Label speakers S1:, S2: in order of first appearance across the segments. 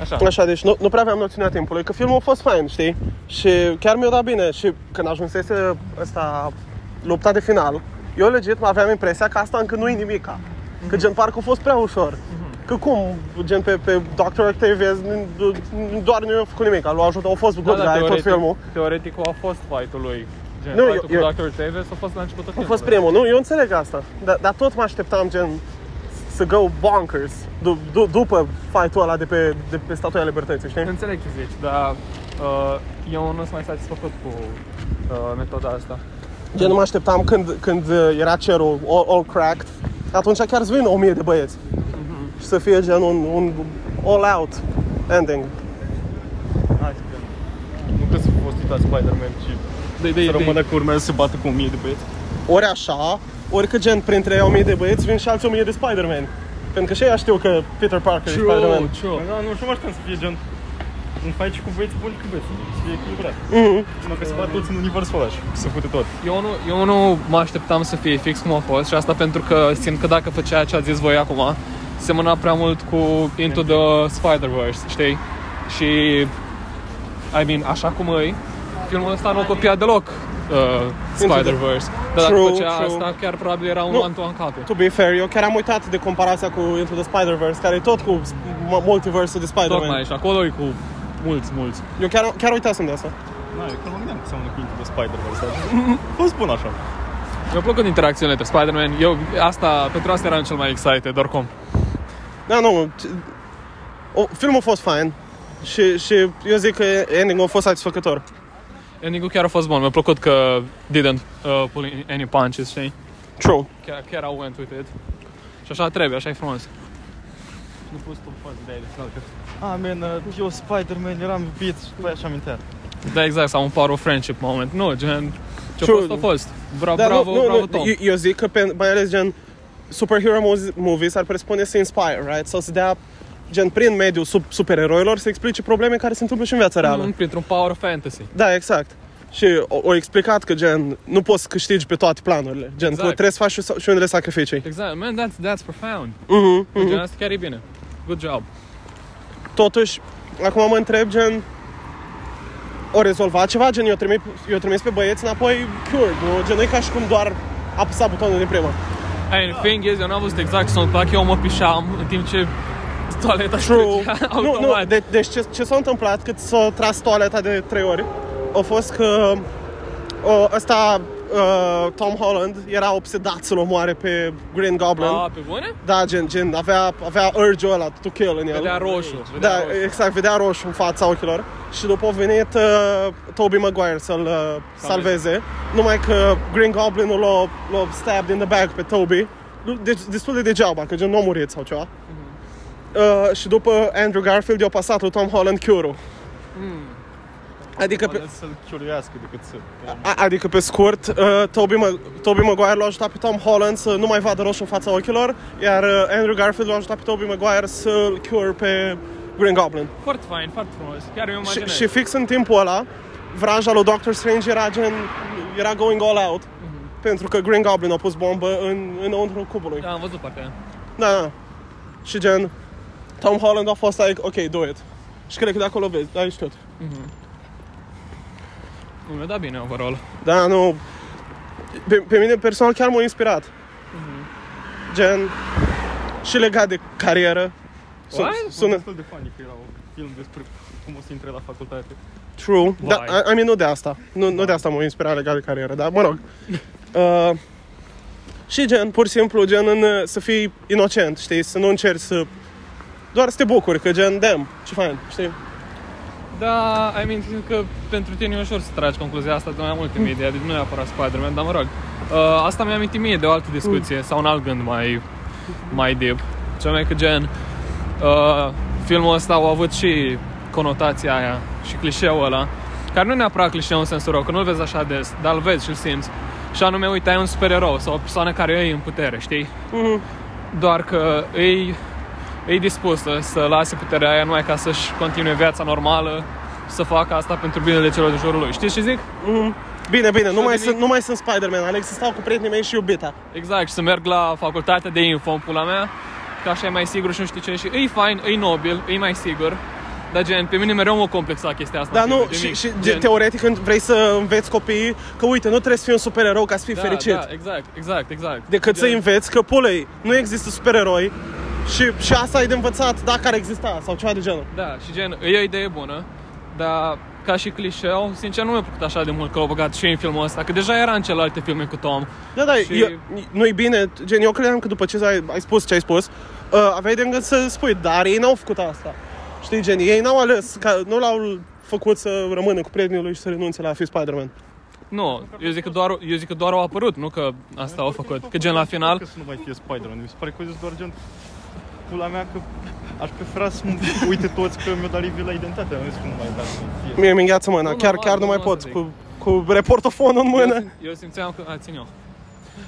S1: Așa.
S2: Așa, deci nu, nu prea aveam noțiunea timpului, că filmul a fost fain, știi? Și chiar mi-a dat bine și când ajunsese ăsta lupta de final, eu legit aveam impresia că asta încă nu e nimica. Că gen parcă a fost prea ușor. Că cum, gen pe, pe Dr. Octavius, n- n- doar nu i-a făcut nimic, l-a ajutat, a Da, fost good guy tot filmul.
S1: Da, Teoretic a fost fight-ul lui. Gen,
S2: Nu,
S1: fight-ul
S2: eu-
S1: cu
S2: eu-
S1: Dr. Octavius a fost la începutul
S2: A
S1: filmului.
S2: fost primul, nu? Eu înțeleg asta, dar, dar tot mă așteptam gen să go bonkers du- du- după fight-ul ăla de pe, de pe Statuia Libertății, știi?
S1: Înțeleg ce zici, dar uh, eu nu sunt mai satisfăcut cu uh, metoda asta.
S2: Gen, nu mă așteptam când, când uh, era cerul all, all cracked, atunci chiar îți vin o mie de băieți. Și să fie gen un, un all-out ending.
S3: Hai să vedem. Nu cred să fost uitat Spider-Man și
S1: De, de,
S3: să rămână că urmează să bată cu 1000 de băieți.
S2: Ori așa, ori că gen printre ei o mie de băieți vin și alți o mie de Spider-Man. Pentru că și ei știu că Peter Parker e
S1: True,
S2: Spider-Man.
S1: true.
S3: Da, nu știu, mă așteptam să fie gen un fight și cu băieți buni cu băieți, să fie echilibrat. Mă că se bat toți în universul ăla și se fute tot.
S1: Eu nu, eu nu mă așteptam să fie fix cum a fost și asta pentru că simt că dacă făcea ce a zis voi acum, semăna prea mult cu Into the Spider-Verse, știi? Și, I mean, așa cum e, filmul ăsta nu copia deloc uh, Spider-Verse. Dar dacă
S2: True,
S1: făcea
S2: true.
S1: asta, chiar probabil era un
S2: Nu.
S1: one-to-one copy.
S2: To be fair, eu chiar am uitat de comparația cu Into the Spider-Verse, care e tot cu m- multiversul de Spider-Man.
S1: Tocmai și acolo e cu mulți, mulți.
S2: Eu chiar, chiar uitasem de asta.
S3: Na, eu chiar mă gândeam că seamănă cu Into the Spider-Verse, dar a fost bun așa.
S1: Mi-a plăcut interacțiunile între Spider-Man. Eu, asta, pentru asta eram cel mai excited, oricum.
S2: Da, nu. ce- O, filmul a fost fain și, și eu zic că ending-ul a fost satisfăcător.
S1: Ending-ul chiar a fost bun. Mi-a plăcut că didn't uh, pull any punches, știi?
S2: True.
S1: Chiar, chiar I went with it. Și așa trebuie, așa e frumos.
S3: Nu a fost o fază de aia de final, că... Ah, man, uh, eu Spider-Man, eram iubit și după aia și amintea.
S1: Da, exact, sau un paro friendship moment. Nu, gen, ce
S2: True. Da,
S1: fost a fost. Bra- bravo, bravo, Tom.
S2: Eu, eu zic că pe, mai ales gen superhero mo- movies ar presupune să inspire, right? Sau să dea gen prin mediul sub, supereroilor să explice probleme care se întâmplă și în viața reală.
S1: Mm, Printr-un power fantasy.
S2: Da, exact. Și o, o explicat că gen nu poți să câștigi pe toate planurile. Gen
S1: Exact.
S2: tu trebuie să faci și, și unele sacrificii.
S1: Exact, man, that's, that's profound.
S2: Mhm. mhm.
S1: Gen, asta chiar e bine. Good job.
S2: Totuși, acum mă întreb, gen, o rezolvat ceva, gen, eu trimis, eu trimis pe băieți înapoi cured, nu? Gen, nu e ca și cum doar apăsa butonul din prima.
S1: And thing is, eu n-am văzut exact soundtrack, eu mă pișam în timp ce toaleta
S2: True.
S1: strigea
S2: nu,
S1: automat.
S2: nu, de, deci ce, ce s-a întâmplat cât s-a tras toaleta de trei ori a fost că o, ăsta, uh, Tom Holland, era obsedat să-l omoare pe Green Goblin.
S1: A, pe bune?
S2: Da, gen, gen, avea, avea urge-ul ăla to kill în el.
S1: Vedea roșu. Vedea
S2: Da,
S1: roșu.
S2: exact, vedea roșu în fața ochilor și după a venit uh, Toby Maguire să-l uh, salveze, numai că Green Goblinul l-a, l-a stabbed in the back pe Toby, deci destul de degeaba, că gen nu a murit sau ceva. Uh, și după Andrew Garfield i-a pasat lui Tom Holland cure Adică pe,
S3: Poate să-l chiuruiască decât să...
S2: a- adică pe scurt, uh, Toby, Ma- Toby Maguire l-a ajutat pe Tom Holland să nu mai vadă roșu în fața ochilor, iar uh, Andrew Garfield l-a ajutat pe Toby Maguire să-l cure pe Green Goblin.
S1: Foarte fain, foarte frumos. Chiar mi
S2: Și,
S1: imaginez.
S2: și fix în timpul ăla, vraja lui Doctor Strange era gen, era going all out. Pentru că Green Goblin a pus bombă în, înăuntru cubului.
S1: Mhm. Da, am văzut partea aia.
S2: Da, da. Și gen, Tom Holland a fost like, ok, do it. Și cred că de acolo vezi, ai știut.
S1: Nu mi-a dat bine overall.
S2: Da, nu... Pe, pe mine personal chiar m-a inspirat.
S1: Mhm.
S2: Gen, și legat de carieră. Sun-
S1: What?
S3: Sunt
S2: Sună
S3: destul de funny că era un film despre cum o să intre la facultate.
S2: true. Da,
S1: Vai.
S2: I, I mean, nu de asta. Nu, nu de asta m-a inspirat legat de carieră, dar mă rog. Uh, și gen, pur și simplu, gen în, uh, să fii inocent, știi? Să nu încerci să... Doar să te bucuri, că gen, damn, ce fain, știi?
S1: Da, I mean, simt că pentru tine e ușor să tragi concluzia asta de mai multe media, deci nu neapărat Spider-Man, dar mă rog. Uh, asta mi-am amintit mie de o altă discuție sau un alt gând mai, mai deep. Ce mai că gen, uh, filmul ăsta a avut și conotația aia și clișeul ăla, care nu e neapărat clișeu în sensul rău, că nu-l vezi așa des, dar îl vezi și-l simți. Și anume, uite, ai un supererou sau o persoană care e în putere, știi? Doar că ei e dispusă să lase puterea aia numai ca să-și continue viața normală și să facă asta pentru binele celor din jurul lui. Știi ce zic?
S2: Bine, bine, nu mai,
S1: nimic.
S2: sunt, nu mai sunt Spider-Man, aleg să stau cu prietenii mei și iubita.
S1: Exact, și să merg la facultatea de info în pula mea, că așa e mai sigur și nu știu ce. Și e fain, e nobil, e mai sigur, Dar gen, pe mine mereu mă complexa chestia asta.
S2: Dar Da, nu,
S1: de
S2: și,
S1: mic.
S2: și
S1: Gen,
S2: teoretic când vrei să înveți copiii că uite, nu trebuie să fii un supererou ca să fii
S1: da,
S2: fericit.
S1: Da, exact, exact, exact.
S2: Decât să
S1: Gen,
S2: înveți că, pulei, nu există supereroi și, și asta ai de învățat dacă ar exista sau ceva de genul.
S1: Da, și gen, e o idee bună, dar ca și clișeu, sincer nu mi-a plăcut așa de mult că l-au băgat și în filmul ăsta, că deja era în celelalte filme cu Tom.
S2: Da, da,
S1: Și-
S2: și... nu-i bine, gen, eu credeam că după ce ai, ai spus ce ai spus, uh, aveai de gând să spui, dar ei n-au făcut asta. Știi, gen, ei n-au ales, ca, nu l-au făcut să rămână cu prietenii lui și să renunțe la a fi Spider-Man.
S1: Nu, eu zic, că doar, eu zic că doar au apărut, nu că asta au făcut. Că gen la final,
S3: Că să nu mai fie Spider-Man, mi se pare că sunt doar gen pula mea că aș prefera să mă uite toți că mi-o dat Liviu la identitate, am zis că nu mai dat să fie.
S2: Mie mi îngheață mâna,
S1: Nu,
S2: chiar,
S1: normal,
S2: chiar nu mai
S1: normal
S2: pot,
S1: să
S2: cu, cu reportofonul în
S1: eu,
S2: mână.
S1: sim- eu simțeam că, a, țin eu.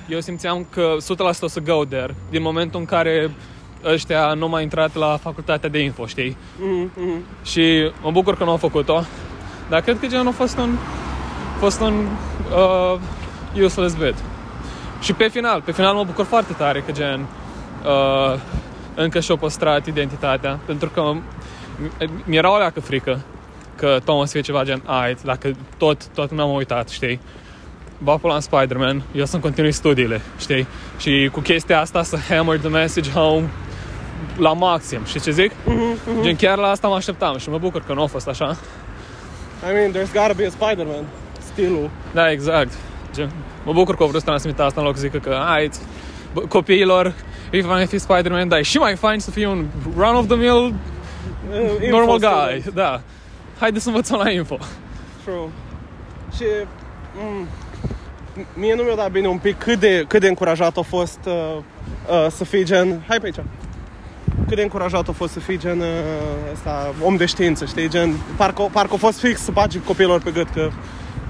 S1: Eu simțeam că 100% o să go there din momentul în care ăștia nu mai intrat la facultatea de info, știi?
S2: Mhm, mhm.
S1: Și mă bucur că nu am făcut-o, dar cred că gen a fost un, fost un uh, useless bit. Și pe final, pe final mă bucur foarte tare că gen uh, încă și-a păstrat identitatea, pentru că mi- mi-era o leacă frică că Tom o să fie ceva gen, ai, dacă tot, tot nu am uitat, știi? Ba pula în Spider-Man, eu să-mi continui studiile, știi? Și cu chestia asta să hammer the message home la maxim, știi ce zic?
S3: Mhm,
S1: Gen chiar la asta mă așteptam și mă bucur că nu a fost așa.
S2: I mean, there's gotta be a Spider-Man. Stilul.
S1: Da, exact. Gen, mă bucur că au vrut să transmită asta în loc să zică că ai, copiilor, e fain fi Spider-Man, dar e și mai fain să fii un run-of-the-mill
S2: Uh,
S1: normal
S2: info
S1: guy.
S2: student.
S1: Da. Haideți să învățăm la info.
S2: True. Și mm, mie nu mi-a dat bine un pic cât de, cât de încurajat a fost uh, uh, să fii gen... Hai pe aici. Cât de încurajat a fost să fii gen uh, ăsta, om de știință, știi? Gen, parcă, parcă a fost fix să bagi copilor pe gât că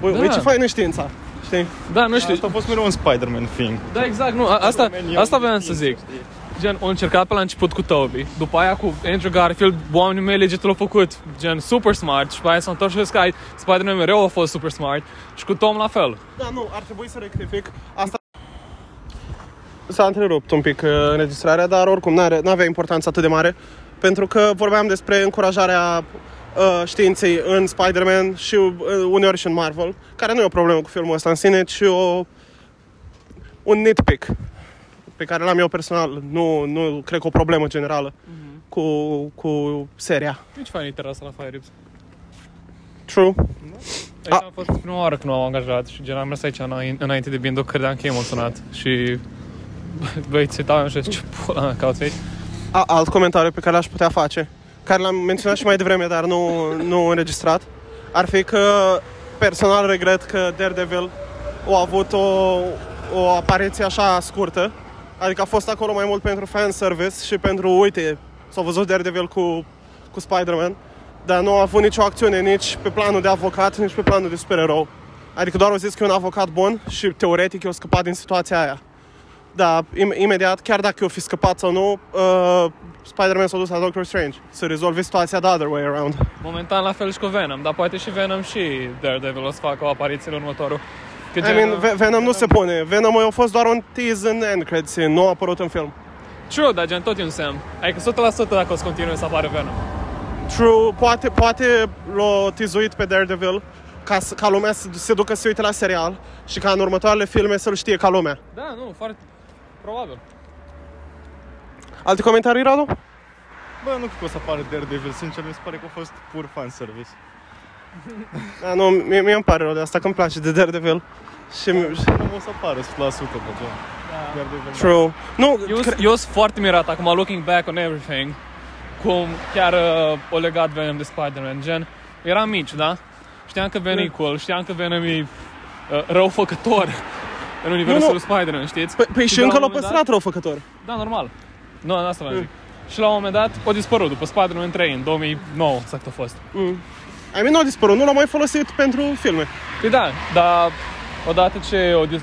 S2: Ui,
S1: Da.
S2: da. ce faină știința, știi?
S1: Da, nu știu.
S3: Asta a fost mereu un Spider-Man thing.
S1: Da, exact, nu, a- asta,
S3: Spider-Man e
S1: asta
S3: un
S1: vreau să
S3: știință,
S1: zic.
S3: știi?
S1: Gen, au încercat pe la început cu Toby, după aia cu Andrew Garfield, oamenii mei legit l-au făcut, gen, super smart și pe aia s-a întors și au zis că ai, Spider-Man mereu a fost super smart și cu Tom la fel.
S2: Da, nu, ar trebui să rectific. Asta S-a întrerupt un pic uh, înregistrarea, dar oricum n-are, n-avea importanță atât de mare pentru că vorbeam despre încurajarea uh, științei în Spider-Man și uh, uneori și în Marvel, care nu e o problemă cu filmul ăsta în sine, ci o, un nitpick pe care l-am eu personal. Nu, nu cred că o problemă generală cu, cu seria.
S1: Nici fain e terasa la Fire Rips.
S2: True.
S1: Aici a fost prima oară când m-am angajat și gen am mers aici înai- înainte de Bindo, credeam că e emoționat și băi, ți uitam și zic, ce pula mea cauți aici?
S2: A, alt comentariu pe care l-aș putea face, care l-am menționat și mai devreme, dar nu, nu înregistrat, ar fi că personal regret că Daredevil a avut o, o apariție așa scurtă, adică a fost acolo mai mult pentru fanservice și pentru, uite, s-a văzut Daredevil cu, cu Spider-Man, dar nu a avut nicio acțiune nici pe planul de avocat, nici pe planul de supererou. Adică doar au zis că e un avocat bun și teoretic eu scăpat din situația aia. Da, im- imediat, chiar dacă eu fi scăpat sau nu, uh, Spider-Man s-a dus la Doctor Strange să rezolve situația the other way around.
S1: Momentan la fel și cu Venom, dar poate și Venom și Daredevil o să facă o apariție în următorul. Că
S2: I mean,
S1: uh,
S2: Ve- Venom nu se pune. Venom a fost doar un tease în end cred, scene, nu a apărut în film.
S1: True, dar gen tot e un semn. Adică 100% dacă o să continue să apară Venom.
S2: True, poate, poate l-a tizuit pe Daredevil ca, să- ca lumea să se ducă să se uite la serial și ca în următoarele filme să-l știe ca lumea.
S1: Da, nu, foarte... Probabil.
S2: Alte comentarii, Radu?
S3: Bă, nu cred că o să apară Daredevil, sincer, mi se pare că a fost pur fanservice.
S2: Da, nu, mie, mie îmi pare rău de asta, că îmi place de Daredevil. Și... mi-
S3: Nu o să apară 100% pe gen. Daredevil.
S2: True. Nu,
S1: Eu,
S2: cre-
S1: eu sunt foarte mirat acum, looking back on everything, cum chiar uh, o legat Venom de Spider-Man, gen, eram mici, da? Știam că Venom e
S2: Da.
S1: cool, știam că Venom e uh, răufăcător în universul
S2: Nu, nu.
S1: Spider-Man, știți?
S2: Păi- Păi și
S1: de la
S2: încă
S1: un
S2: l-a
S1: moment dat-
S2: păstrat Păi. răufăcător.
S1: Da, normal. Nu, în asta vreau să zic. Și la un moment dat o dispărut, după Spider-Man 3, în 2009, exact a fost.
S2: I mean, nu a dispărut, nu l-am mai folosit pentru filme.
S1: Păi da, dar odată ce o dis-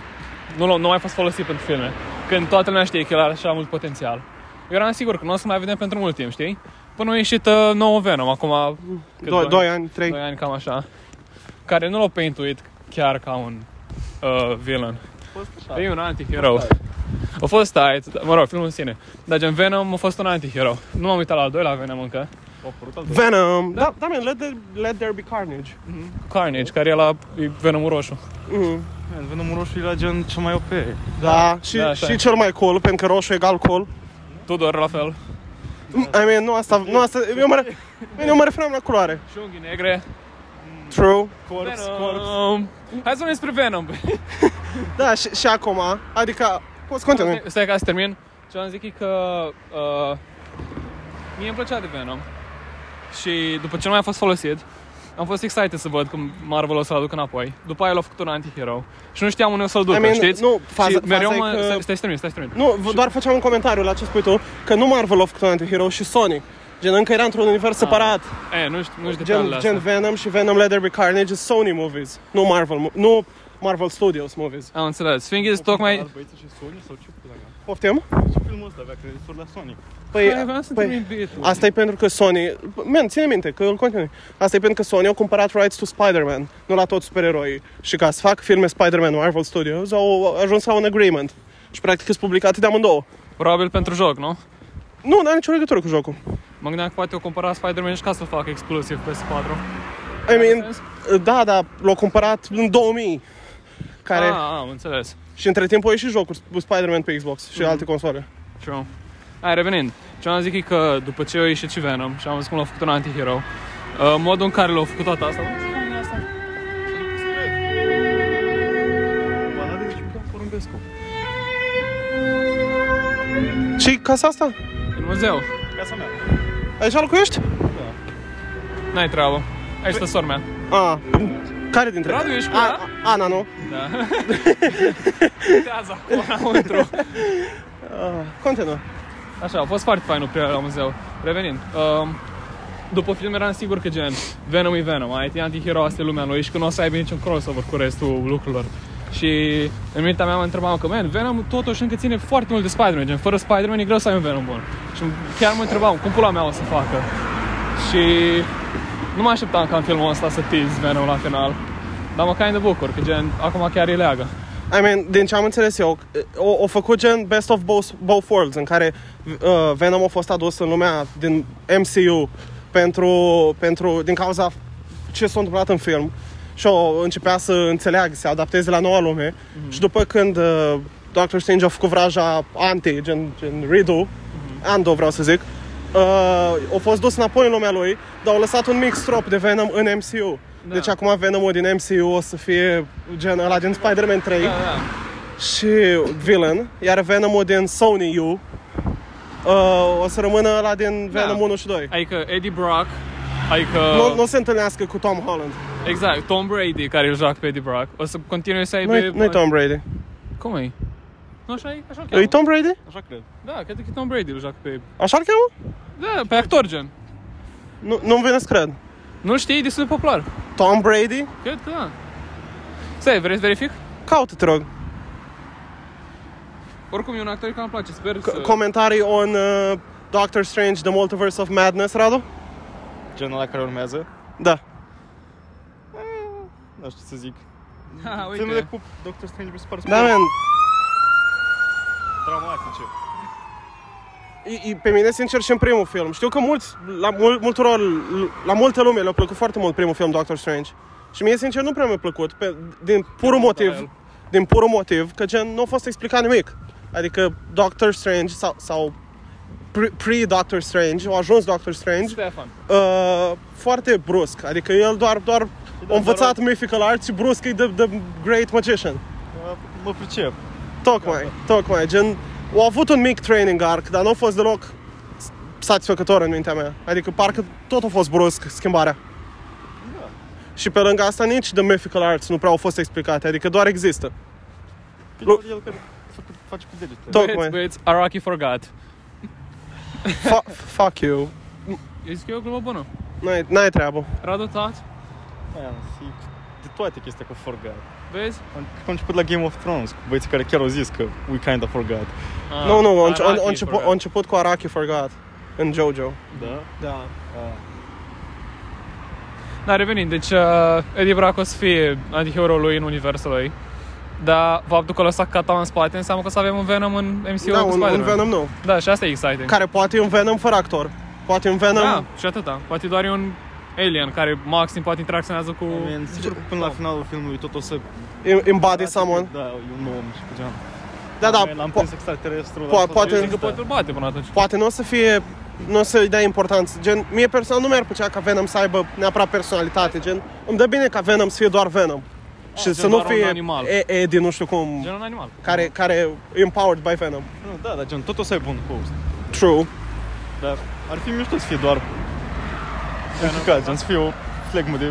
S1: nu, l- nu mai a fost folosit pentru filme, când toată lumea știe că el are așa mult potențial, eu eram sigur că nu o să mai vedem pentru mult timp, știi? Până a ieșit uh, nouă Venom, acum... cât,
S2: Do- doi ani, trei.
S1: Doi ani, cam așa. Care nu l-au peintuit chiar ca un uh, villain. E un antihero. A fost tight, dar, mă rog, filmul în sine. Dar gen Venom a fost un antihero. Nu m-am uitat la al doilea Venom încă.
S3: A apărut al doilea.
S2: Venom. Da, da, man, let there, let there be carnage.
S1: Carnage, care e la e Venom roșu.
S2: Mhm.
S3: Man, Venomul roșu era gen cel mai OP.
S2: Da, și,
S1: da, așa
S2: și
S1: e.
S2: cel mai cool, pentru că roșu egal cool. Mm,
S1: Tudor, la fel.
S2: I mean, nu asta, nu asta, eu mă, re- eu mă referam la culoare.
S1: Șunghii negre.
S2: True.
S3: Corps, corps.
S1: Venom. Hai să vorbim despre Venom.
S2: Da, și, și acum, adică, poți continui.
S1: Stai ca să termin. Ce am zis e că uh, mie îmi plăcea de Venom. Și după ce nu mai a fost folosit, am fost excited să văd cum Marvel o să-l aducă înapoi. După aia l-a făcut un antihero. Și nu știam unde o să-l ducă,
S2: I mean,
S1: știți?
S2: nu, faza-
S1: și mereu
S2: faza e
S1: mă...
S2: că-
S1: Stai, stai să termin, stai să termin.
S2: Nu, v- doar făceam un comentariu la ce spui tu, că nu Marvel a făcut un antihero și Sony. Gen, încă era într-un univers
S1: Ah,
S2: separat.
S1: E, nu știu, nu știu
S2: Gen, gen Venom și Venom Let There Be Carnage is Sony movies, nu Marvel, mo- nu Marvel Studios movies.
S1: Am înțeles. Fingis, tocmai...
S2: Păi,
S3: Alți băieți și Sony sau ce pula mea?
S2: Poftim?
S3: Ce filmul ăsta avea creditor la Sony?
S1: Păi, vreau să termin bietul.
S2: Asta e pentru că Sony... Man, ține minte că îl continui. Asta e pentru că Sony au cumpărat rights to Spider-Man, nu la toți supereroii. Și ca să fac filme Spider-Man Marvel Studios, au ajuns la un agreement. Și practic sunt publicate de amândouă.
S1: Probabil pentru joc, nu?
S2: Nu, n-are nicio legătură cu jocul.
S1: Mă gândeam că poate o cumpăra Spider-Man și ca să facă exclusiv PS4.
S2: I mean, da, da, l-au cumpărat în 2000. Care...
S1: Ah, ah, am înțeles.
S2: Și între timp au ieșit jocuri cu Spider-Man pe Xbox
S1: Mhm.
S2: și alte console.
S1: True. Hai, revenind. Ce am zis e că după ce a ieșit și Venom și am văzut cum l-a făcut un antihero, uh, modul în care l-a făcut toată asta...
S3: Balade de Ciucă Porumbescu.
S2: Și casa asta?
S1: În muzeu.
S3: Casa mea.
S2: Aici locuiești?
S1: N-ai treabă. Aici stă sora mea. Ah.
S2: A, Ah, care dintre?
S1: Radu, ești cu
S2: A-
S1: ea?
S2: A- Ana, nu?
S1: Da. Tează acolo, într
S2: Continuă.
S1: Așa, a fost foarte fain oprirea la muzeu. Revenind, um, după film eram sigur că gen Venom e Venom, ai e antihero, asta e lumea lui și că nu o să aibă niciun crossover cu restul lucrurilor. Și în mintea mea mă întrebam că, man, Venom totuși încă ține foarte mult de Spider-Man, gen, fără Spider-Man e greu să ai un Venom bun. Și chiar mă întrebam, cum pula mea o să facă? Și nu mă așteptam ca în filmul ăsta să tiz Venom la final. Dar mă kind de bucur, că gen, acum chiar e leagă.
S2: I mean, din ce am înțeles eu, o, o făcut gen Best of Both, both Worlds, în care uh, Venom a fost adus în lumea din MCU pentru, pentru, din cauza ce s-a întâmplat în film și o începea să înțeleagă, să se adapteze la noua lume
S1: Mhm.
S2: mm-hmm. și după când uh, Doctor Strange a făcut vraja anti, gen, gen Riddle, mm-hmm.
S1: Mhm.
S2: Ando vreau să zic, uh, a fost dus înapoi în lumea lui, dar au lăsat un mix trop de Venom în MCU.
S1: Da.
S2: Deci acum Venomul din MCU o să fie gen ăla din Spider-Man 3
S1: Da, da.
S2: și villain, iar Venom din Sony U uh, o să rămână la din
S1: Da.
S2: Venom 1 și 2.
S1: Adică Eddie Brock, adică...
S2: Nu, nu se întâlnească cu Tom Holland.
S1: Exact, Tom Brady care îl joacă pe Eddie Brock. O să continue să aibă...
S2: Nu-i, nu-i Tom Brady.
S1: Cum e? Nu așa e? Așa îl
S2: E
S1: cheamă.
S2: Tom Brady?
S3: Așa cred.
S1: Da, cred că e Tom Brady îl joacă pe...
S2: Așa-l cheamă?
S1: Da, pe actor gen.
S2: Nu, nu-mi vine să cred.
S1: Nu știi, e destul de popular.
S2: Tom Brady?
S1: Cred că da. Stai, vrei să verific?
S2: Caută, te rog.
S1: Oricum e un actor care îmi place, sper să...
S2: C- comentarii on uh, Doctor Strange, The Multiverse of Madness, Radu?
S3: Genul la care urmează.
S2: Da.
S3: Nu știu ce să zic.
S1: Ha,
S3: Filmele
S1: uite.
S3: cu Doctor Strange mi se par
S2: Da, man.
S3: traumatice.
S2: E- e- Pe mine, sincer, și în primul film. Știu că mulți, la, mul, multor, la multe lume le-a plăcut foarte mult primul film Doctor Strange. Și mie, sincer, nu prea mi-a plăcut. Pe, din purul
S1: el.
S2: motiv, din purul motiv, că gen nu a fost explicat nimic. Adică Doctor Strange sau, sau pre- pre-Doctor Strange, au ajuns Doctor Strange
S1: Stefan.
S2: uh, foarte brusc. Adică el doar, doar a învățat Mythical Arts și brusc e the, the Great Magician.
S3: Uh, Mă pricep.
S2: Tocmai, tocmai, gen, au avut un mic training arc, dar nu a fost deloc s- satisfăcător în mintea mea. Adică parcă tot a fost brusc schimbarea. Și pe lângă asta nici The Mythical Arts nu prea au fost explicate, adică doar există.
S3: Că
S2: Lu-
S3: El care fă- face cu degete.
S2: Tocmai.
S1: Băieți, băieți, Araki forgot.
S2: Fa- fuck you.
S1: Eu zic că e o glumă bună.
S2: N-ai, n-ai treabă.
S1: Radu Tat,
S3: Man, e de toate chestia că forgot.
S1: vezi?
S3: Am am început la Game of Thrones cu băieții care chiar au zis că we kind of forgot.
S1: Ah,
S2: Nu, nu, a înce- a-
S1: Araki
S2: a început, a
S1: forgot.
S2: început cu Araki Forgot în Jojo.
S3: Da?
S2: Da.
S3: Ah.
S1: Dar revenind, deci uh, Eddie Brock o să fie antihero lui în universul lui. Dar faptul că l-a lăsat Catan în spate înseamnă că o să avem un Venom în MCU
S2: Da,
S1: cu
S2: un, un
S1: Spider-Man.
S2: Venom nou.
S1: Da, și asta e exciting.
S2: Care poate e un Venom fără actor. Poate un Venom...
S1: Da, și atâta. Poate doar e un alien care maxim poate interacționează cu...
S3: Da, Man, sigur că până la finalul filmului tot o să...
S2: em- Embody someone.
S3: Da, e un om și cu geam.
S2: Da, da,
S3: L-am
S2: po-
S3: prins extraterestru.
S2: po- poate-
S1: Zic că poate îl bate până atunci.
S2: poate nu o să fie nu o să-i dea importanță. Gen, mie personal nu mi-ar plăcea ca Venom să aibă neapărat personalitate. Gen, îmi dă bine ca Venom să fie doar Venom. și
S1: Ah, gen
S2: să nu
S1: doar un
S2: fie
S1: animal.
S2: E- Eddie, nu știu cum,
S1: Gen un animal.
S2: care, care e empowered by Venom.
S3: Nu, da, dar gen, tot o să aibă un host.
S2: True.
S3: Dar ar fi mișto să fie doar... Închicat, gen, să fie o flegmă de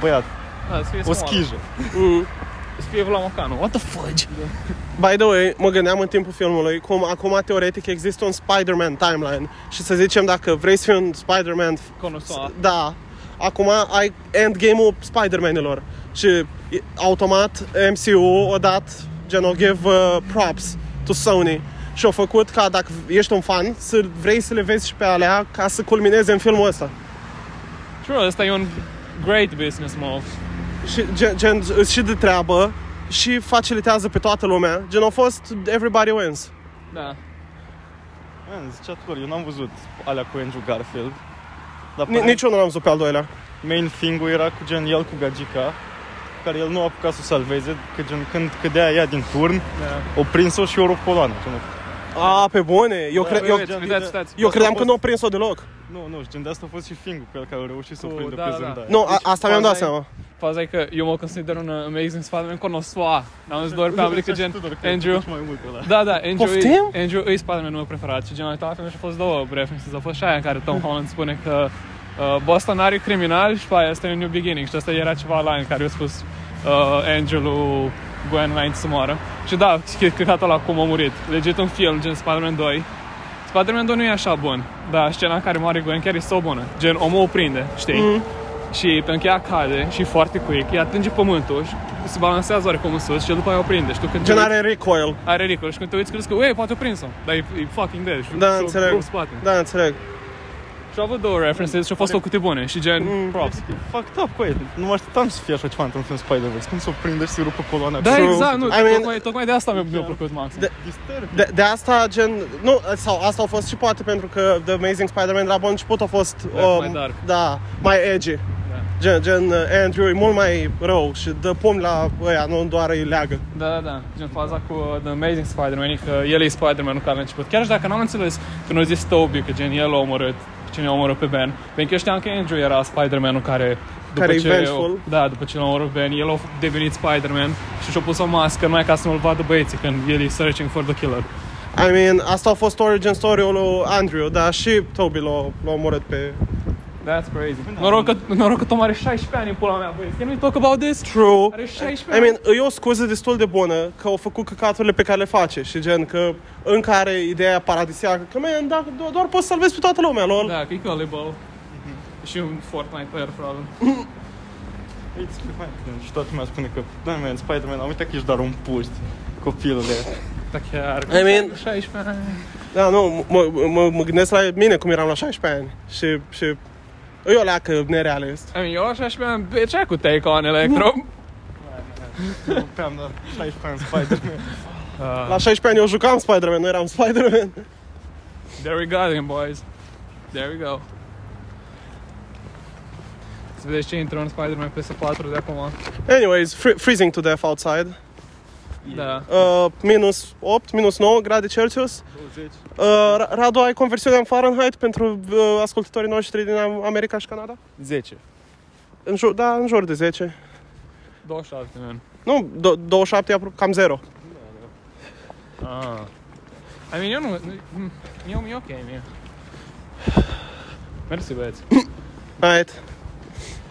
S3: băiat,
S1: Da, să fie
S3: o
S1: smoală.
S3: schijă.
S2: Mm.
S1: Să fie la Mocanu. What the fudge?
S2: By the way, mă gândeam în timpul filmului cum acum teoretic există un Spider-Man timeline și să zicem dacă vrei să fii un Spider-Man
S1: Conosoa.
S2: Da. Acum ai endgame-ul Spider-Manilor și e- automat MCU a dat gen o give uh, props to Sony și au făcut ca dacă ești un fan să vrei să le vezi și pe alea ca să culmineze în filmul ăsta.
S1: True, ăsta e un great business move.
S2: Și gen, gen îți și de treabă și facilitează pe toată lumea. Gen au fost everybody wins.
S1: Da.
S3: Man, zicea Tudor, eu n-am văzut alea cu Andrew Garfield. Dar
S2: Ni-
S3: pare-
S2: Nici eu nu l-am văzut pe al doilea.
S3: main thing-ul era cu gen el cu gagica care el nu a apucat să o salveze, că gen când cădea ea din turn,
S1: Da.
S3: o prins-o și o rup coloana. Gen,
S2: A, pe bune. Eu, cre-
S1: Băi,
S2: Păi, eu,
S1: băieți, Uitați, uitați.
S2: eu credeam că
S3: fost-
S2: nu au prins-o deloc.
S3: nu, nu, și gen de asta a fost și thing pe el care a reușit să o
S1: Cu-
S3: prindă
S1: da,
S3: pe
S1: da.
S3: zândaia.
S2: Nu, a- asta mi-am dat
S1: faza e-
S2: seama.
S1: Faza e că eu mă consider un uh, amazing Spider-Man conosoa. N-am zis doar pe public că gen Andrew.
S3: Mai mult ăla.
S1: Da, da, Andrew,
S2: Poftim?
S1: e, Andrew e Spider-Man meu preferat și generalitatea mea și au fost două references. A fost și aia în care Tom Holland spune că uh, Boston are criminal și pe aia este un new beginning și asta era ceva la în care eu spus uh, Andrew lui Gwen înainte să moară. Și da, cred că ăla cum a murit. Legit un film, gen Spider-Man 2. Spider-Man 2 nu e așa bun, dar scena în care moare Gwen chiar e so bună. Gen, omul o prinde, știi?
S2: Mm.
S1: Și pentru că ea cade și e foarte quick, ea atinge pământul și se balansează oarecum în sus și după aia o prinde. Și tu când te
S2: Gen
S1: uiți-
S2: are recoil.
S1: are recul și când te uiți crezi că, uei, poate o prins-o, dar e, e fucking dead și
S2: Da,
S1: s-o
S2: înțeleg.
S1: rup spate.
S2: Da, înțeleg.
S1: Și au avut două references și au fost făcute bune și gen,
S2: Mm.
S1: props.
S3: Fucked up, cu Nu mă așteptam să fie așa ceva într-un film Spider-Verse. Cum să o prindă și să-i rupă coloana?
S1: Da,
S3: Și-
S1: exact, nu,
S2: I mean- Da.
S1: tocmai, tocmai de asta mi-a mi-a plăcut maxim.
S2: De-
S3: Disturb.
S2: De, de asta, gen, nu, sau asta a fost și poate pentru că The Amazing Spider-Man de la bun început a fost,
S1: Da, mai dark. Da.
S2: da, mai edgy. Gen, gen, uh, Andrew e mult mai rău și dă pumn la ăia, nu doar îi leagă.
S1: Da, da, da, gen faza cu uh, The Amazing Spider-Man e că el e Spider-Man-ul care a început. Chiar și dacă n-am înțeles când au zis Toby că gen el a omorât, cine a omorât pe Ben, pentru că știam că Andrew era Spider-Man-ul care după
S2: Care e
S1: ce,
S2: vengeful.
S1: Da, după ce l-a omorât pe Ben, el a devenit Spider-Man și și-a pus o mască numai ca să nu-l vadă băieții când el e searching for the killer.
S2: I mean, asta a fost origin story-ul lui Andrew, dar și Toby l-a, l-a omorât pe...
S1: That's crazy. Noroc că, noroc că Tom are 16 ani în pula mea, băieți. Can we talk about this?
S2: True.
S1: Are 16
S2: I
S1: ani.
S2: mean, e o scuză destul de bună că au făcut căcaturile pe care le face și gen că în care ideea paradisiacă că, man, da, do- doar poți să salvezi pe toată lumea, lol.
S1: Da, că e gullible. Și un Fortnite player, probabil.
S3: It's fine. Și toată lumea spune că, da, man, Spider-Man, am uitat că ești doar un puști, copilule.
S1: Da, chiar.
S2: I mean-
S1: 16 ani.
S2: Da, nu, mă, mă, mă gândesc la mine cum eram la 16 ani și, și eu la că nerealist.
S1: I mean, eu la 16 ani, bitch, ai cu Take On Electro.
S3: Nu pe am dat 16 ani Spider-Man.
S2: La 16 ani eu jucam Spider-Man, nu eram Spider-Man.
S1: There we go, then, boys. There we go. Să vedeți ce intră în Spider-Man PS4 de acum.
S2: Anyways, fr- freezing to death outside.
S1: Da.
S2: Uh, minus 8, minus 9 grade Celsius.
S3: 20.
S2: Uh, Ra- Radu, ai conversiunea în Fahrenheit pentru uh, ascultătorii noștri din Am- America și Canada?
S3: 10.
S2: În jur, da, în jur de 10.
S1: 27, man.
S2: Nu, do- 27 e apro- cam 0.
S1: Ah. I mean, eu nu... mm, Eu mi-e ok, mie. Mersi, băieți.
S2: Right.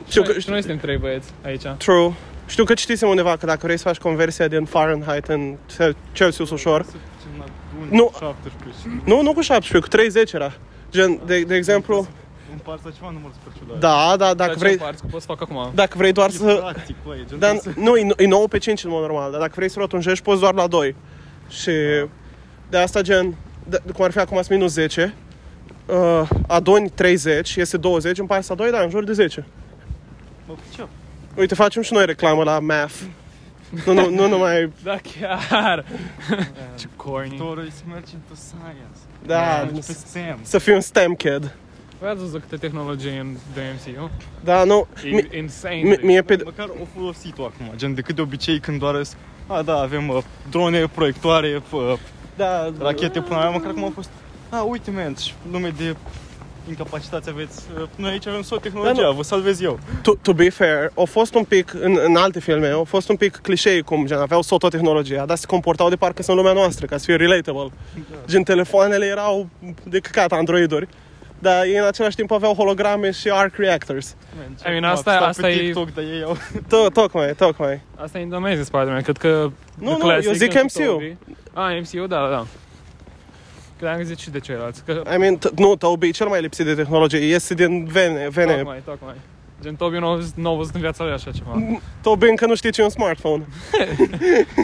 S2: Știu că,
S1: Noi- Și noi suntem trei băieți aici.
S2: true. Știu că citisem undeva că dacă vrei să faci conversia din Fahrenheit în Cel- Celsius ușor, Nu.
S3: Nu. 17 și
S2: Nu, nu cu 17, cu 30 era. Gen, de, de exemplu,
S3: împarți la ceva număr super ciudat.
S2: da, da, dacă
S1: vrei...
S2: vrei, Da,
S1: Parți, că poți să fac acum.
S2: dacă vrei doar
S3: E
S2: să...
S3: practic, băi, gen
S2: Dar
S3: trebuie să-
S2: nu, e, e 9 pe 5 în mod normal, dar dacă vrei să rotunjești, poți doar la 2. Și de asta gen, de, cum ar fi acum sunt minus 10, uh, adoni 30, este 20, în a 2, da, în jur de 10.
S3: Mă pricep.
S2: Uite, facem și noi reclamă la math. Nu, nu, nu numai...
S1: Da, chiar! Ce corny.
S3: Torul să mergi into science.
S2: Da,
S3: Mergi pe STEM.
S2: să fii un STEM kid.
S1: Păi ați văzut câte tehnologie e în DMC, nu?
S2: Da, nu.
S1: E
S2: mi-
S1: insane.
S2: mi-
S1: deci.
S2: Mie pe...
S3: Măcar o folosit-o acum, gen decât de obicei când doar îs- a, da, avem uh, drone, proiectoare, uh,
S2: Da,
S3: rachete până la măcar cum a fost. A, uite, man, și lume de incapacitați aveți. Uh, Noi aici avem soft tehnologia,
S2: Da,
S3: vă salvez eu.
S2: to, to be fair, au fost un pic, în, în alte filme, au fost un pic clișei cum gen, aveau soto tehnologia, dar se comportau de parcă sunt lumea noastră, ca să fie relatable. Gen, telefoanele erau de căcat androiduri, dar ei în același timp aveau holograme și arc reactors.
S3: Man,
S1: I mean,
S3: acum
S1: asta-
S3: stau pe
S1: asta e-
S3: TikTok, dar ei au...
S2: To- Tocmai, tocmai.
S1: Asta e în domeniul Spider-Man, cred că...
S2: Nu, nu,
S1: the classic
S2: eu zic
S1: and
S2: MCU.
S1: Toby. Ah, MCU, da, da, da. Cred că zic și de ceilalți, că...
S2: I mean, t- nu, Toby e cel mai lipsit de tehnologie, este din vene, vene.
S1: Tocmai, tocmai. Gen Toby nu a văzut, nu a văzut în viața lui așa ceva.
S2: Toby încă nu știe ce e un smartphone.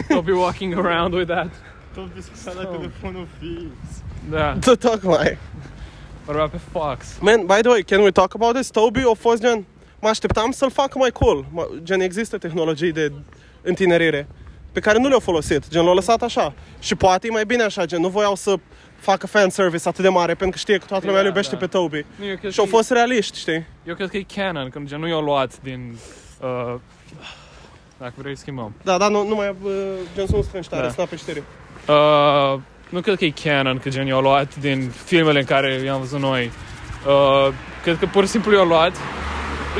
S1: Toby walking around with that.
S3: Tot discutat la telefonul fix.
S1: Da,
S2: To- Tocmai.
S1: vorbea pe Fox.
S2: Man, by the way, can we talk about this? Toby a fost gen... Mă așteptam să-l facă mai cool. Mă- Gen, există tehnologii de întinerire pe care nu le-au folosit. Gen, l-au lăsat așa. Și poate e mai bine așa, gen, nu voiau să facă fan service atât de mare pentru că știe că toată lumea
S1: Da,
S2: îl iubește
S1: da.
S2: pe Toby.
S1: Nu, eu cred
S2: Și au
S1: că-
S2: fost realiști, știi?
S1: Eu cred că e canon, că gen nu i-au luat din... Uh, dacă vrei, schimbăm.
S2: Da, da, nu, nu mai... Uh, gen, sunt strângi tare,
S1: Da.
S2: da. snap pe știri.
S1: Uh, nu cred că e canon, că gen i-au luat din filmele în care i-am văzut noi. Uh, cred că pur și simplu i-au luat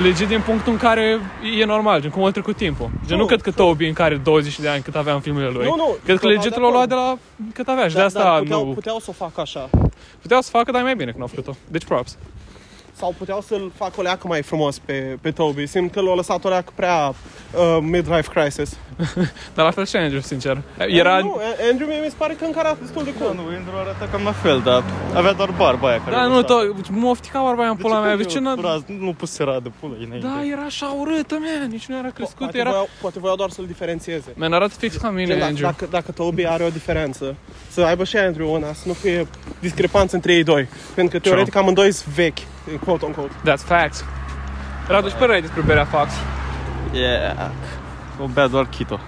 S1: legit din punctul în care e normal, gen cum a trecut timpul. Gen nu,
S2: Nu,
S1: cred că Toby în care 20 de ani cât avea în filmele lui.
S2: Nu, nu,
S1: Păi,
S2: da,
S1: cred că
S2: total
S1: legit
S2: de
S1: l-au luat
S2: acord.
S1: de la cât avea și
S2: Dar-
S1: de asta
S2: dar da, puteau,
S1: nu...
S2: puteau să o facă așa.
S1: Puteau să facă, dar e mai bine că n-au făcut-o. Deci props.
S2: Sau puteau să-l facă o leacă mai frumos pe, pe Toby. Simt că l-au lăsat o leacă prea uh, midlife crisis.
S1: Dar la fel și Andrew, sincer. Era...
S2: Da, Nu, Andrew mie mi se pare că încă arată destul de cool.
S3: Da, nu, Andrew arăta cam la fel, dar avea doar barba aia care Deci,
S1: Da,
S3: o
S1: nu,
S3: lăsa.
S1: to- moftica barba aia în
S3: De
S1: pula mea. De
S3: când
S1: ce
S3: eu
S1: n-a...
S3: raz- Nu pus serad pula înainte.
S1: Da, era așa urâtă, man. Nici nu era crescut,
S2: poate,
S1: era...
S2: voiau, poate voiau doar să-l diferențieze.
S1: Man, arată fix ca mine,
S2: Gen, dacă,
S1: Andrew.
S2: dacă, dacă Toby are o diferență, să aibă și Andrew una, să nu fie discrepanță între ei doi. Pentru că teoretic amândoi sunt vechi, quote on quote.
S1: That's facts. Radu, ce părere ai despre berea Fox?
S3: Yeah. O bea doar Kito.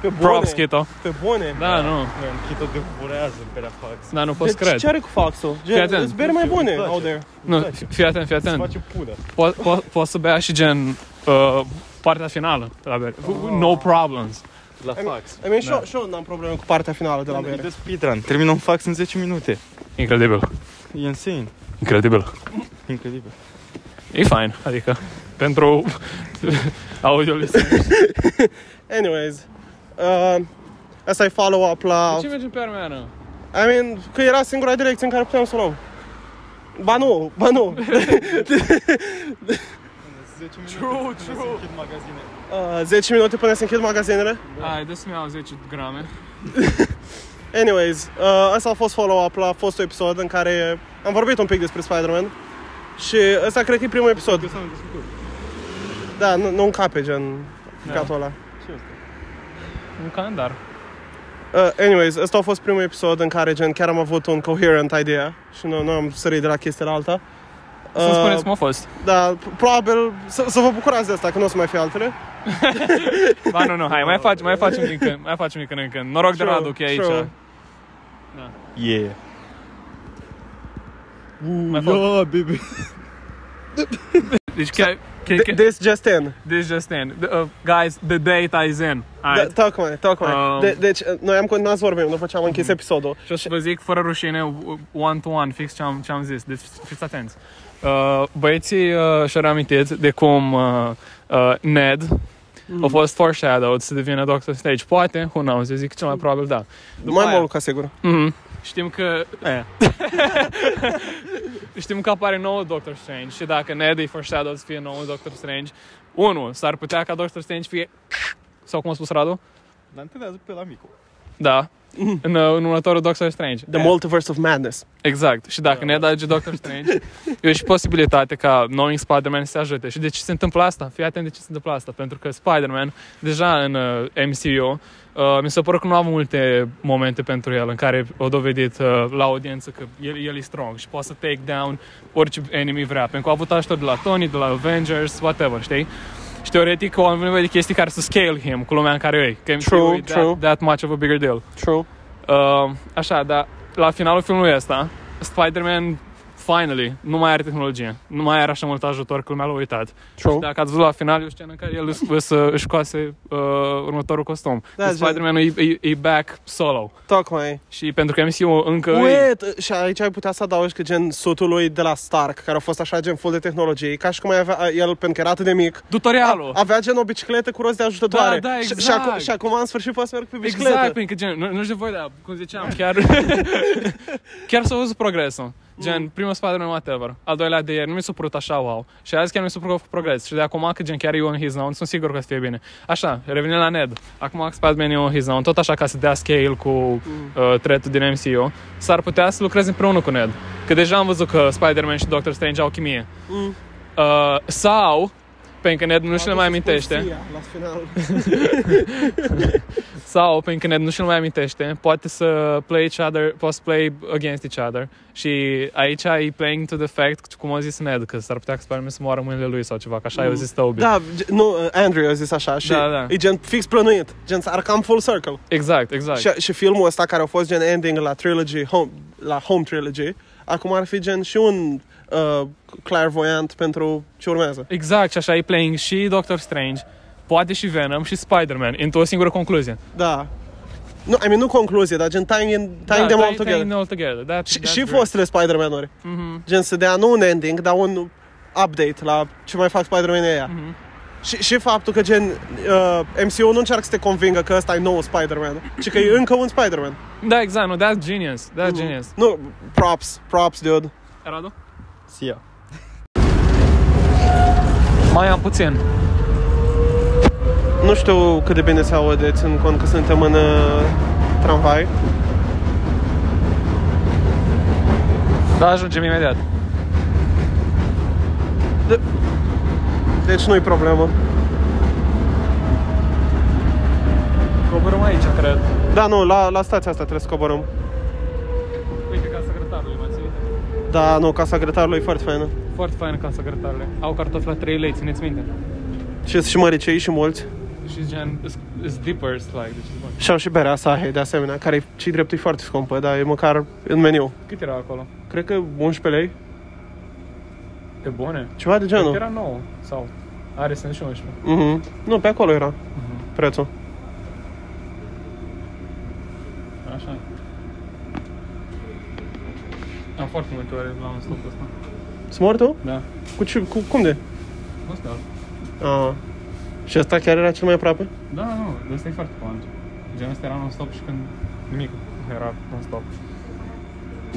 S2: Pe bune,
S1: Props, Kito.
S2: Pe bune.
S1: Da, nu.
S3: Man, Kito devorează berea fax.
S1: Da, nu pot să
S2: Deci
S1: cred.
S2: ce are cu Foxul?
S1: Fii
S2: Gen,
S1: atent.
S2: îți beri mai bune
S3: Îmi place.
S2: out there.
S1: Nu,
S3: place.
S1: fii atent, fii
S3: Se
S1: atent.
S3: face pulă.
S1: Po- po- Poți să bea și gen uh, partea finală de la bere. No problems.
S3: La fax.
S2: I mean, și
S1: Da.
S2: eu- și eu n-am probleme cu partea finală de la
S3: E
S2: bere.
S3: de speedrun. Termină un fax în 10 minute.
S1: Incredibil.
S3: E insane.
S1: Incredibil.
S3: Incredibil.
S1: E fine, adică pentru audio listening.
S2: Anyways, uh, asta e follow-up la...
S1: Deci Ce mergem pe armeană?
S2: I mean, că era singura direcție în care puteam să o luăm. Ba nu, ba nu.
S3: 10 minute.
S1: True, true.
S3: Închid magazine.
S2: Uh, 10 minute până se închid magazinele.
S1: Haide să-mi iau 10 grame.
S2: Anyways, uh, asta a fost follow-up la fostul episod în care am vorbit un pic despre Spider-Man. Și ăsta cred că e primul episod.
S3: Să nu discutăm.
S2: Da, nu, nu încape gen căcatul ăla.
S3: Ce e asta?
S1: Un calendar.
S2: Uh, anyways, ăsta a fost primul episod în care gen chiar am avut un coherent idea și nu, nu am sărit de la chestia la alta. Uh,
S1: Să-mi spuneți cum a fost.
S2: da, probabil să, să vă bucurați de asta, că nu o să mai fie altele.
S1: Ba, nu, nu, hai, mai facem, mai facem din când, mai facem din când în când. Noroc de
S2: True,
S1: Radu, că e aici.
S2: true.
S3: Yeah.
S1: Mai
S3: Uuu,
S1: fac.
S3: yeah, baby.
S1: Deci chiar... chiar- chiar-
S2: This just in.
S1: This just in. The, uh, guys, the data is in.
S2: Da,
S1: Alright.
S2: tocmai, tocmai.
S1: Um,
S2: De, deci, noi am continuat să vorbim după ce am închis episodul.
S1: Și o să vă zic fără rușine, one-to-one, fix ce am, ce am zis. Deci fiți atenți. Uh, băieții uh, și-au reamintit de cum uh, uh, Ned a fost foreshadowed să devină Doctor Strange. Poate, who knows, eu zic că cel mai probabil da. După
S2: Mai
S1: aia,
S2: mult ca sigur.
S1: mhm, știm că
S3: Aia.
S1: știm că apare nou Doctor Strange și dacă Ned e foreshadowed să fie nou Doctor Strange, unul, s-ar putea ca Doctor Strange fie sau cum a spus Radu?
S3: Dar întâlnează pe la micu.
S1: Da. În, uh, în următorul Doctor Strange.
S2: The Multiverse of Madness.
S1: Exact. Și dacă ne adaugi Doctor Strange, e și posibilitate ca Knowing Spider-Man să se ajute. Și de ce se întâmplă asta? Fii atent de ce se întâmplă asta. Pentru că Spider-Man, deja în uh, MCU, uh, mi se pare că nu am multe momente pentru el în care o dovedit uh, la audiență că el, el e strong și poate să take down orice enemy vrea. Pentru că a avut ajutor de la Tony, de la Avengers, whatever, știi? Și teoretic o am nevoie de chestii care să scale him cu lumea în care e. Că MCU
S2: True,
S1: e
S2: true.
S1: That, that much of a bigger deal.
S2: True.
S1: Uh, așa, dar la finalul filmului ăsta, Spider-Man finally, nu mai are tehnologie, nu mai are așa mult ajutor că lumea l-a uitat.
S2: True.
S1: Și dacă ați văzut la final, e o scenă în care el îți- să își coase uh, următorul costum.
S2: Da,
S1: Da,
S2: gen-
S1: Spider-Man e, e, e back solo.
S2: Tocmai.
S1: Și pentru că MCU încă e...
S2: Wait, și aici ai putea să adaugi că gen sutul lui de la Stark, care a fost așa gen full de tehnologie, ca și cum mai avea el, pentru că era atât de mic,
S1: Tutorialul!
S2: avea gen o bicicletă cu roți de ajutătoare.
S1: Oh. Da, da,
S2: Și- Și,
S1: exact.
S2: acum, și acum în sfârșit poți să merg pe bicicletă.
S1: Exact, pentru că gen, nu, nu știu voi, dar cum ziceam, chiar chiar s-a văzut progresul. Gen,
S2: Mm.
S1: primul Spider-Man, whatever. Al doilea de ieri, nu mi s-a părut așa, wow. Și azi chiar mi s-a părut că a făcut progres. Și de acum, că gen, chiar e on his own, sunt sigur că o să fie bine. Așa, revenim la Ned. Acum că Spider-Man e on his own, tot așa ca să dea scale cu
S2: Mm.
S1: uh, threat din MCU, s-ar putea să lucreze împreună cu Ned. Că deja am văzut că Spider-Man și Doctor Strange au chimie.
S2: Mm.
S1: Uh, sau, pentru că Ned nu și le mai amintește.
S2: La final.
S1: Sau, pentru că Ned nu și-l mai amintește, poate să play each other, poate să play against each other. Și aici ai playing to the fact, cum a zis Ned, că s-ar putea că Spider-Man să moară în mâinile lui sau ceva, că așa i-a zis Toby.
S2: Da, ge- nu, Andrew a zis așa și
S1: Da, da.
S2: e gen fix plănuit, gen ar cam full circle.
S1: Exact, exact.
S2: Și, și filmul ăsta care a fost gen ending la trilogy, home, la home trilogy, acum ar fi gen și un uh, clairvoyant pentru ce urmează.
S1: Exact, și așa ai playing și Doctor Strange, poate și Venom și Spider-Man, într-o singură concluzie.
S2: Da. Nu, I mean, nu concluzie, dar gen tying, in, tying them all together.
S1: Tying them all together. That,
S2: și
S1: Da, that's
S2: și
S1: great.
S2: fostele Spider-Man-uri.
S1: Mhm.
S2: Gen să dea nu un ending, dar un update la ce mai fac Spider-Man ăia.
S1: Mhm.
S2: Și, și faptul că gen uh, MCU nu încearcă să te convingă că ăsta e nou Spider-Man, ci că e încă un Spider-Man.
S1: Da, exact, nu, that's genius, that's
S2: Mm.
S1: genius.
S2: Nu, props, props, dude.
S1: Radu?
S3: Sia.
S1: Mai am puțin.
S2: Nu știu cât de bine se aude, țin cont că suntem în uh, tramvai.
S1: Da, ajungem imediat.
S2: De- deci nu-i problemă.
S1: Coborâm aici, cred.
S2: Da, nu, la, la stația asta trebuie să coborăm.
S1: Uite, ca secretarului, mai ții, uite.
S2: Da, nu, casa grătarului e foarte faină.
S1: Foarte faină casa grătarele. Au cartofi la 3 lei, țineți minte.
S2: Și sunt și măricei și mulți.
S1: Și gen, it's dippers, like, deci e bun.
S2: Și am și berea asta, hei, de asemenea, care ce drept e foarte scumpă, dar e măcar în meniu.
S1: Cât era acolo?
S2: Cred că 11 lei,
S1: Pe bune?
S2: ceva de
S1: Cred că
S2: genul.
S1: era 9 sau are sens și 11.
S2: Mhm. Nu, pe acolo era prețul.
S1: Așa. Am foarte multe ore la un stop ăsta.
S2: Smortul?
S1: Da.
S2: Cu, ce, cu cum de?
S1: Nu stă.
S2: Ah. Și asta chiar era cel mai aproape?
S1: Da, nu, dar ăsta e foarte plant. Gen, ăsta era non-stop și când nimic era non-stop.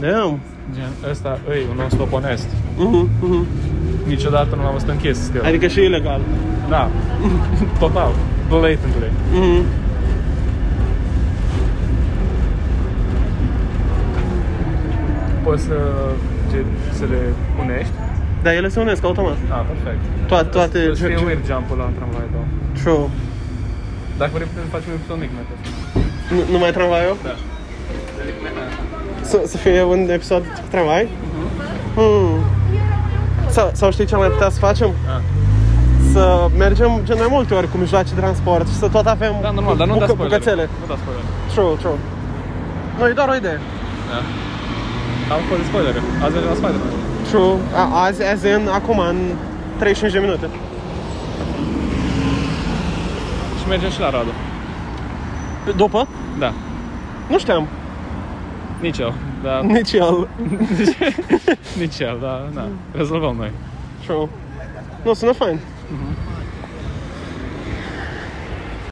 S2: Damn.
S1: Gen, ăsta e un non-stop onest.
S2: Mhm, mhm.
S1: Niciodată nu l-am văzut închis. still.
S2: Adică și ilegal.
S1: Da. Total. Blatantly.
S2: Mhm.
S1: Poți să, gen, să le unești.
S2: Dar ele se unesc automat.
S1: Ah, perfect.
S2: Toate, toate...
S1: Îți fie weird jump-ul la tramvai, da.
S2: True.
S1: Dacă vrei, putem să facem un episod mic, mai târziu.
S2: Nu, numai tramvaiul?
S1: Da.
S2: Să, să fie un episod cu tramvai?
S1: Mhm.
S2: Hmm. Sau, sau știi ce am mai putea să facem?
S1: Ah.
S2: Să mergem gen mai multe ori cu mijloace de transport și să tot avem
S1: Da, normal, dar nu
S2: bucă-
S1: da spoiler.
S2: bucățele.
S1: Nu da spoiler.
S2: True, true. Nu, e doar o idee.
S1: Da. Am fără spoilere. Azi mergem la Spider-Man.
S2: True. A, azi, as in, acum, în 35 de minute.
S1: Și mergem și la Radu.
S2: După?
S1: Da.
S2: Nu știam.
S1: Nici Da, eu, dar
S2: Nici el.
S1: nici el, dar na, da, rezolvăm noi.
S2: True. Nu, sună fain.